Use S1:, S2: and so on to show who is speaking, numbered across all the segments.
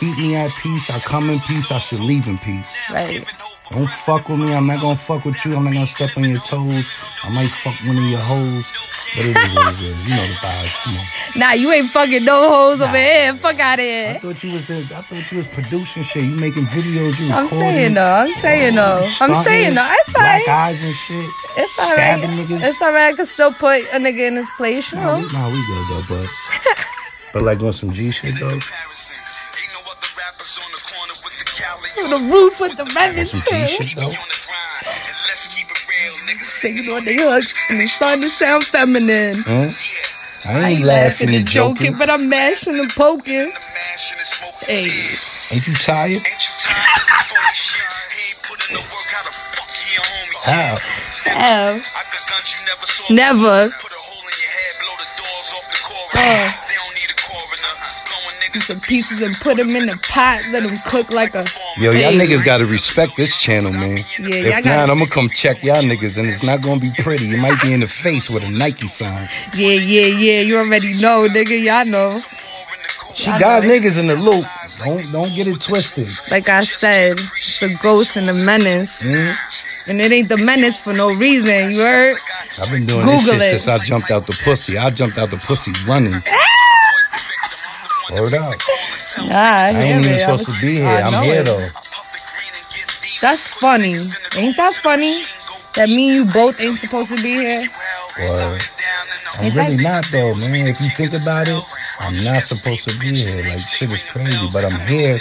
S1: Keep me at peace. E I come in peace. I should leave in peace.
S2: Right.
S1: Don't fuck with me. I'm not gonna fuck with you. I'm not gonna step on your toes. I might fuck one of your hoes. But it is what it is. You know the vibes. Come on.
S2: Nah, you ain't fucking no hoes
S1: Nah.
S2: over here. Fuck out of
S1: I
S2: here.
S1: thought you was the, I thought you was producing shit. You making videos. You
S2: I'm
S1: recording.
S2: saying though. I'm saying though. I'm saying though. It's
S1: Black
S2: alright.
S1: eyes and shit.
S2: It's alright.
S1: stabbing niggas.
S2: It's alright. I can still put a nigga in his place, you
S1: Nah,
S2: know.
S1: we, nah, we good though, but but like on some G shit though.
S3: comparisons. Ain't no other rappers on the corner with the galley.
S2: Through the roof with the rabbits.
S1: Some G shit though.
S3: We on the grind, and let's keep it real, niggas.
S2: Taking on they hooks and they starting to sound feminine.
S1: Huh? I ain't
S2: Laughing
S1: laughing
S2: and
S1: joking.
S2: joking, but I'm mashing and poking.
S3: The mashing and smoking.
S2: Hey.
S3: Ain't
S1: Ain't you tired?
S3: you tired? Before this shit, he ain't put in the work. How the fuck he a homie?
S1: How?
S2: Ow.
S3: I got guns you never saw.
S2: Never.
S3: Put a hole in your head, blow the doors off the core.
S2: Uh.
S3: They don't need a coroner. Blowing niggas
S2: Some pieces and put them in the pot. Let them cook like a.
S1: Yo, y'all
S2: Hey.
S1: niggas gotta respect this channel, man.
S2: Yeah,
S1: if
S2: y'all
S1: not,
S2: gotta-
S1: I'm gonna come check y'all niggas, and it's not gonna be pretty. It might be in the face with a Nike sign.
S2: Yeah, yeah, yeah. You already know, nigga. Y'all know.
S1: She got niggas in the loop. Don't don't get it twisted.
S2: Like I said, it's the ghost and the menace.
S1: Mm?
S2: And it ain't the menace for no reason. You heard?
S1: I've been doing this
S2: Google
S1: shit
S2: it.
S1: since I jumped out the pussy. I jumped out the pussy running.
S2: Ah!
S1: Word up.
S2: Nah, I
S1: I
S2: hear
S1: ain't even
S2: it. I
S1: supposed
S2: was-
S1: to be here.
S2: I know
S1: I'm here
S2: it.
S1: though.
S2: That's funny. Ain't that funny? That me and you both ain't supposed to be here.
S1: Word. I'm
S2: It's
S1: really
S2: like-
S1: not though, man. If you think about it, I'm not supposed to be here. Like shit is crazy, but I'm here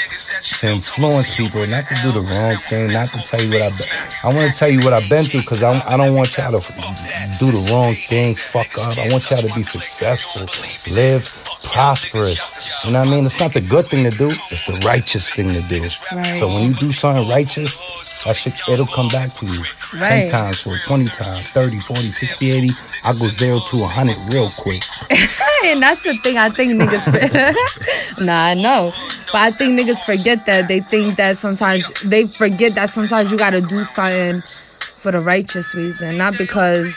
S1: to influence people, not to do the wrong thing, not to tell you what I've. Been. I want to tell you what I've been through because I I don't want y'all to do the wrong thing, fuck up. I want y'all to be successful, live prosperous. You know what I mean? It's not the good thing to do. It's the righteous thing to do.
S2: Right.
S1: So when you do something righteous, that shit, it'll come back to you. 10
S2: Right.
S1: times for 20 times, 30, 40, 60, 80. I go 0 to 100 real quick.
S2: and that's the thing I think niggas. For- nah, I know, but I think niggas forget that they think that sometimes they forget that sometimes you gotta do something for the righteous reason, not because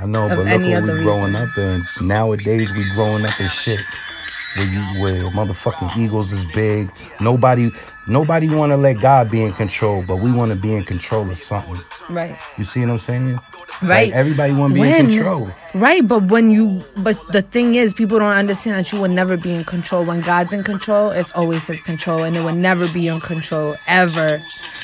S1: I know,
S2: Of
S1: but look
S2: any
S1: what
S2: other
S1: we growing
S2: reason.
S1: up in. Nowadays, we growing up in shit. Where, you, where motherfucking egos is big. Nobody nobody want to let God be in control, but we want to be in control of something.
S2: right,
S1: You see what I'm saying?
S2: right.
S1: Like, everybody want to be in
S2: When-
S1: control.
S2: Right, but when you, but the thing is, people don't understand that you will never be in control. When God's in control, it's always His control, and it will never be in control ever.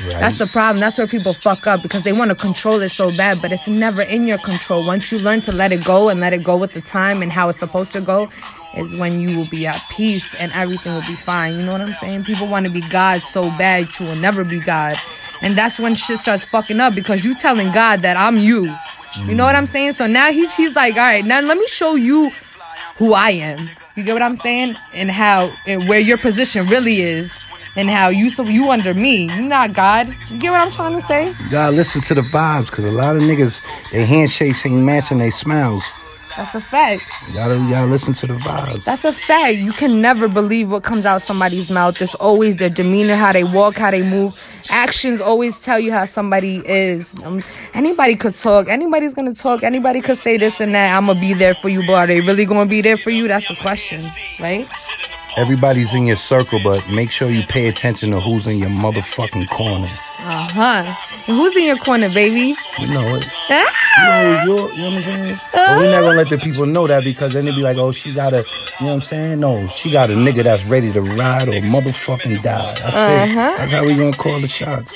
S2: That's the problem. That's where people fuck up because they want to control it so bad, but it's never in your control. Once you learn to let it go and let it go with the time and how it's supposed to go, is when you will be at peace and everything will be fine. You know what I'm saying? People want to be God so bad, you will never be God. And that's when shit starts fucking up because you telling God that I'm you. You know what I'm saying? So now he, he's like, all right, now let me show you who I am. You get what I'm saying? And how and where your position really is, and how you so you under me. You not God. You get what I'm trying to say?
S1: God, listen to the vibes, because a lot of niggas, their handshakes ain't matching their smiles.
S2: That's a fact.
S1: Y'all, y'all listen to the vibes.
S2: That's a fact. You can never believe what comes out somebody's mouth. It's always their demeanor, how they walk, how they move. Actions always tell you how somebody is. Um, anybody could talk. Anybody's gonna talk. Anybody could say this and that. I'm gonna be there for you, but are they really gonna be there for you? That's the question, right?
S1: Everybody's in your circle, but make sure you pay attention to who's in your motherfucking corner.
S2: Uh huh. Who's in your corner, baby?
S1: You know it.
S2: Ah!
S1: You know, you, you know what I'm saying? But we're not gonna let the people know that because then they'd be like, oh, she got a, you know what I'm saying? No, she got a nigga that's ready to ride or motherfucking die. That's it. That's how we gonna call the shots.